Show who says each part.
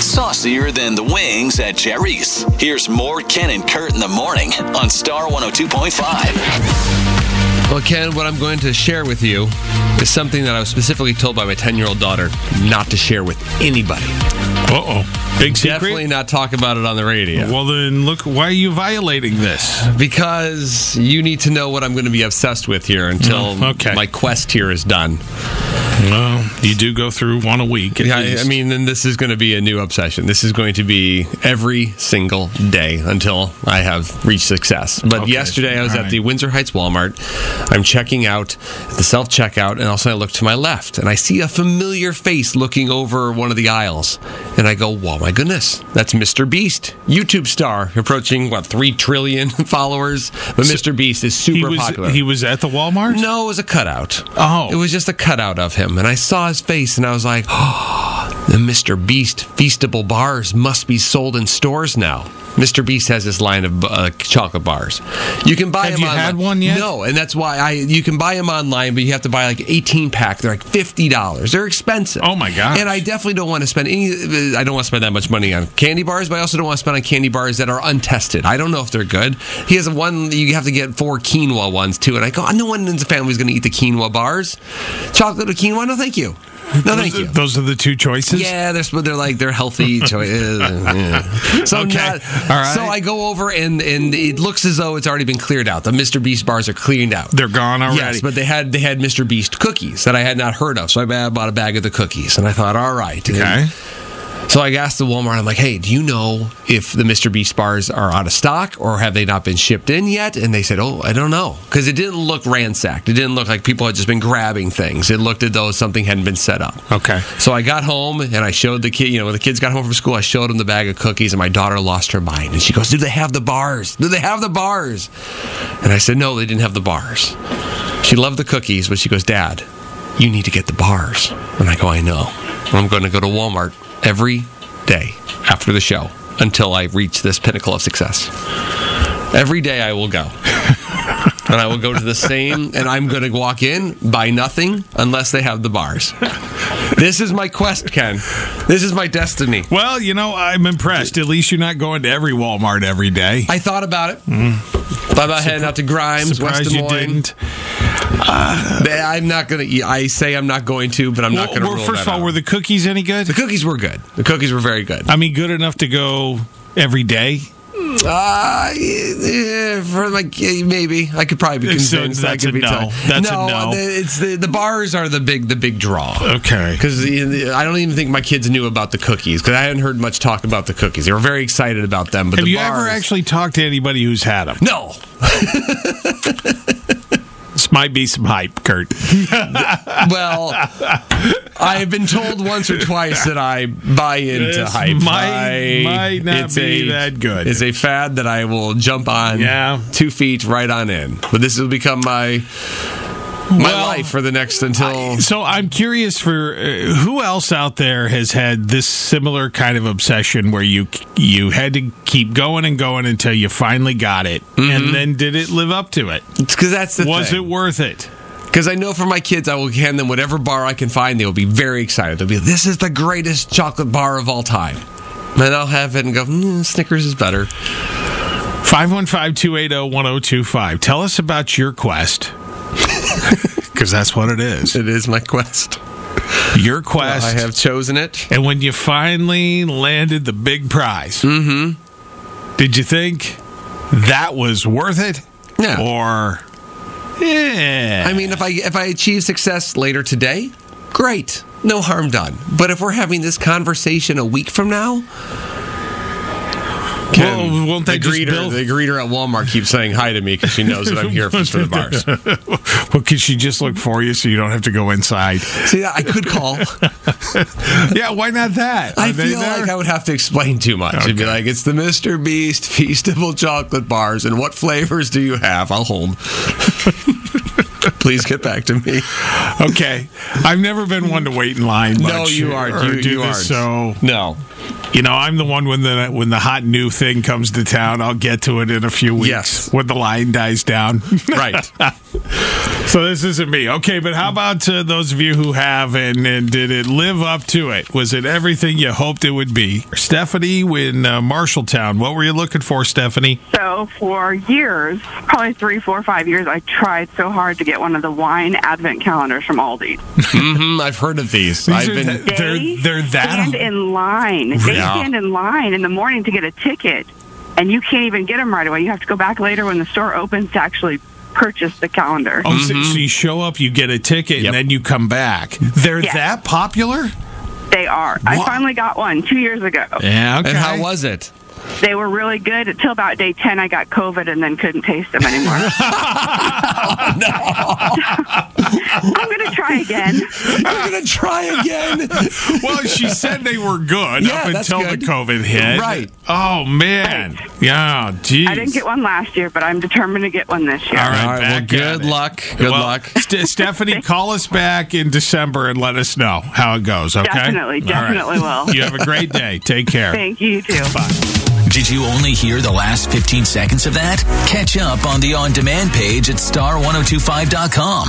Speaker 1: saucier than the wings at Jerry's. Here's more Ken and Kurt in the morning on Star 102.5.
Speaker 2: Well, Ken, what I'm going to share with you is something that I was specifically told by my 10 year old daughter not to share with anybody.
Speaker 3: Uh oh. Big secret?
Speaker 2: Definitely not talk about it on the radio.
Speaker 3: Well, then look, why are you violating this?
Speaker 2: Because you need to know what I'm going to be obsessed with here until
Speaker 3: Oh, okay.
Speaker 2: my quest here is done.
Speaker 3: Well, you do go through one a week. at
Speaker 2: Yeah, I, I
Speaker 3: least.
Speaker 2: mean, then this is going to be a new obsession. This is going to be every single day until I have reached success. But
Speaker 3: Okay,
Speaker 2: yesterday I was at
Speaker 3: alright.
Speaker 2: the Windsor Heights Walmart. I'm checking out at the self checkout, and also I look to my left and I see a familiar face looking over one of the aisles. And I go, "Wow, my goodness, that's Mr. Beast, YouTube star, approaching what three trillion followers." But Mr. Beast is super
Speaker 3: he was
Speaker 2: popular.
Speaker 3: he was at the Walmart.
Speaker 2: No, it was a cutout.
Speaker 3: Oh.
Speaker 2: It was just a cutout of him. And I saw his face and I was like, oh, the Mr. Beast feastable bars must be sold in stores now. Mr. Beast has this line of uh, chocolate bars. You can buy
Speaker 3: Have
Speaker 2: them
Speaker 3: you
Speaker 2: online.
Speaker 3: had one yet?
Speaker 2: No, and that's why I you can buy them online, but you have to buy like 18 pack. They're like $50. They're expensive.
Speaker 3: Oh, my gosh.
Speaker 2: And I definitely don't want to spend any uh, I don't want to spend that much money on candy bars, but I also don't want to spend on candy bars that are untested. I don't know if they're good. He has one you have to get four quinoa ones too, and I go, no one in the family is going to eat the quinoa bars. Chocolate or quinoa? No, thank you. No, thank you.
Speaker 3: Those are the two choices.
Speaker 2: Yeah, they're sp- they're like they're healthy choices. Yeah. So
Speaker 3: Okay.
Speaker 2: not,
Speaker 3: All right.
Speaker 2: so I go over and and it looks as though it's already been cleared out. The Mr. Beast bars are cleaned out.
Speaker 3: They're gone already.
Speaker 2: Yes, but they had they had Mr. Beast cookies that I had not heard of, so I bought a bag of the cookies, and I thought, all right. And
Speaker 3: okay.
Speaker 2: so I asked the Walmart, I'm like, hey, do you know if the Mr. Beast bars are out of stock or have they not been shipped in yet? And they said, oh, I don't know. Because it didn't look ransacked. It didn't look like people had just been grabbing things. It looked as though something hadn't been set up.
Speaker 3: Okay.
Speaker 2: So I got home and I showed the kid, you know, when the kids got home from school, I showed them the bag of cookies and my daughter lost her mind. And she goes, Do they have the bars? Do they have the bars? And I said, No, they didn't have the bars. She loved the cookies, but she goes, Dad, you need to get the bars. And I go, I know. I'm going to go to Walmart every day after the show until I reach this pinnacle of success. Every day I will go. and I will go to the same, and I'm going to walk in, buy nothing unless they have the bars. This is my quest, Ken. This is my destiny.
Speaker 3: Well, you know, I'm impressed. At least you're not going to every Walmart every day.
Speaker 2: I thought about it. Thought about heading out to Grimes, West
Speaker 3: Mm. Surprised
Speaker 2: Des
Speaker 3: you
Speaker 2: Moines.
Speaker 3: didn't.
Speaker 2: But I'm not gonna. yeah, I say I'm not going to, but I'm not
Speaker 3: Well,
Speaker 2: gonna.
Speaker 3: well,
Speaker 2: rule
Speaker 3: first
Speaker 2: that
Speaker 3: of all,
Speaker 2: out.
Speaker 3: were the cookies any good?
Speaker 2: the cookies were good. The cookies were very good.
Speaker 3: I mean, good enough to go every day.
Speaker 2: Uh, eh, for like eh, maybe I could probably be
Speaker 3: So
Speaker 2: convinced. that
Speaker 3: that's
Speaker 2: could
Speaker 3: a
Speaker 2: be
Speaker 3: no.
Speaker 2: tough.
Speaker 3: That's a
Speaker 2: no.
Speaker 3: no.
Speaker 2: The, it's the the bars are the big the big draw.
Speaker 3: Okay.
Speaker 2: Because I don't even think my kids knew about the cookies because I hadn't heard much talk about the cookies. They were very excited about them. But
Speaker 3: Have
Speaker 2: the
Speaker 3: you
Speaker 2: bars,
Speaker 3: ever actually talked to anybody who's had them?
Speaker 2: No,
Speaker 3: This might be some hype, Kurt.
Speaker 2: Well, I have been told once or twice that I buy into
Speaker 3: This
Speaker 2: hype.
Speaker 3: might-
Speaker 2: I-
Speaker 3: might not be that good.
Speaker 2: It's a fad that I will jump on
Speaker 3: Yeah.
Speaker 2: two feet right on in. But this will become my my
Speaker 3: Well,
Speaker 2: life for the next until.
Speaker 3: So I'm curious for uh, who else out there has had this similar kind of obsession where you you had to keep going and going until you finally got it, and then did it live up to it?
Speaker 2: Because that's the
Speaker 3: Was it
Speaker 2: Mm-hmm. thing.
Speaker 3: worth it?
Speaker 2: Because I know for my kids, I will hand them whatever bar I can find. They will be very excited. They'll be, this is the greatest chocolate bar of all time. And I'll have it and go, "Mm, Snickers is better.
Speaker 3: 515-280-1025. Tell us about your quest. Because that's what it is.
Speaker 2: It is my quest.
Speaker 3: Your quest.
Speaker 2: I have chosen it.
Speaker 3: And when you finally landed the big prize, mm-hmm.
Speaker 2: Mm-hmm.
Speaker 3: did you think that was worth it?
Speaker 2: Yeah.
Speaker 3: Or, yeah.
Speaker 2: I mean, if I if I achieve success later today, great, no harm done. But if we're having this conversation a week from now,
Speaker 3: well, won't
Speaker 2: the
Speaker 3: that just
Speaker 2: greeter
Speaker 3: build?
Speaker 2: the greeter at Walmart keeps saying hi to me because she knows that I'm here for, for the bars.
Speaker 3: well, could she just look for you so you don't have to go inside?
Speaker 2: See, I could call.
Speaker 3: yeah, why not that?
Speaker 2: I
Speaker 3: Are they
Speaker 2: feel
Speaker 3: there?
Speaker 2: like I would have to explain too much. It'd be
Speaker 3: Okay.
Speaker 2: like, it's the Mr. Beast feastable chocolate bars, and what flavors do you have? I'll hold. Please get back to me.
Speaker 3: Okay, I've never been one to wait in line.
Speaker 2: No,
Speaker 3: much
Speaker 2: you aren't.
Speaker 3: Or
Speaker 2: You-
Speaker 3: do
Speaker 2: you
Speaker 3: this,
Speaker 2: aren't.
Speaker 3: So
Speaker 2: No.
Speaker 3: you know, I'm the one when the when the hot new thing comes to town. I'll get to it in a few weeks
Speaker 2: Yes.
Speaker 3: when the line dies down.
Speaker 2: Right.
Speaker 3: So this isn't me. Okay, but how about uh, those of you who have and, and did it live up to it? Was it everything you hoped it would be? Stephanie in uh, Marshalltown, what were you looking for, Stephanie?
Speaker 4: So for years, probably three, four, five years, I tried so hard to get one of the wine advent calendars from Aldi.
Speaker 2: hmm I've heard of these. I've
Speaker 3: These are
Speaker 2: been.
Speaker 3: the- they're, they're
Speaker 4: stand
Speaker 3: that.
Speaker 4: in line. They
Speaker 2: Yeah.
Speaker 4: stand in line in the morning to get a ticket, and you can't even get them right away. You have to go back later when the store opens to actually purchase the calendar.
Speaker 3: Oh, so, so you show up, you get a ticket,
Speaker 2: Yep.
Speaker 3: and then you come back. They're
Speaker 4: Yeah.
Speaker 3: that popular?
Speaker 4: They are.
Speaker 3: Wha-
Speaker 4: I finally got one two years ago.
Speaker 3: Yeah. Okay.
Speaker 2: And how was it?
Speaker 4: They were really good until about day 10. I got COVID and then couldn't taste them anymore.
Speaker 3: Oh,
Speaker 4: I'm going to try again.
Speaker 2: I'm gonna try again.
Speaker 3: well, she said they were good
Speaker 2: Yeah,
Speaker 3: up
Speaker 2: that's
Speaker 3: until
Speaker 2: good.
Speaker 3: the COVID hit.
Speaker 2: Right.
Speaker 3: Oh man. Yeah. Geez.
Speaker 4: I didn't get one last year, but I'm determined to get one this year.
Speaker 3: All right.
Speaker 2: All right. Well,
Speaker 3: back at
Speaker 2: good
Speaker 3: it.
Speaker 2: luck. Good
Speaker 3: Well,
Speaker 2: luck.
Speaker 3: Ste- Stephanie, call us back in December and let us know how it goes. Okay.
Speaker 4: Definitely,
Speaker 3: All right.
Speaker 4: definitely will.
Speaker 3: You have a great day. Take care.
Speaker 4: Thank you, you too.
Speaker 1: Did you only hear the last oh 15 seconds of that? Catch up on the on demand page at star1025.com